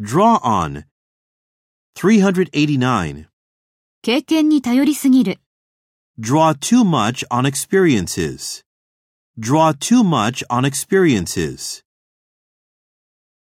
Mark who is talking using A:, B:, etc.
A: Draw on. 389.
B: 経験に頼りすぎる。
A: Draw too much on experiences. Draw too much on experiences.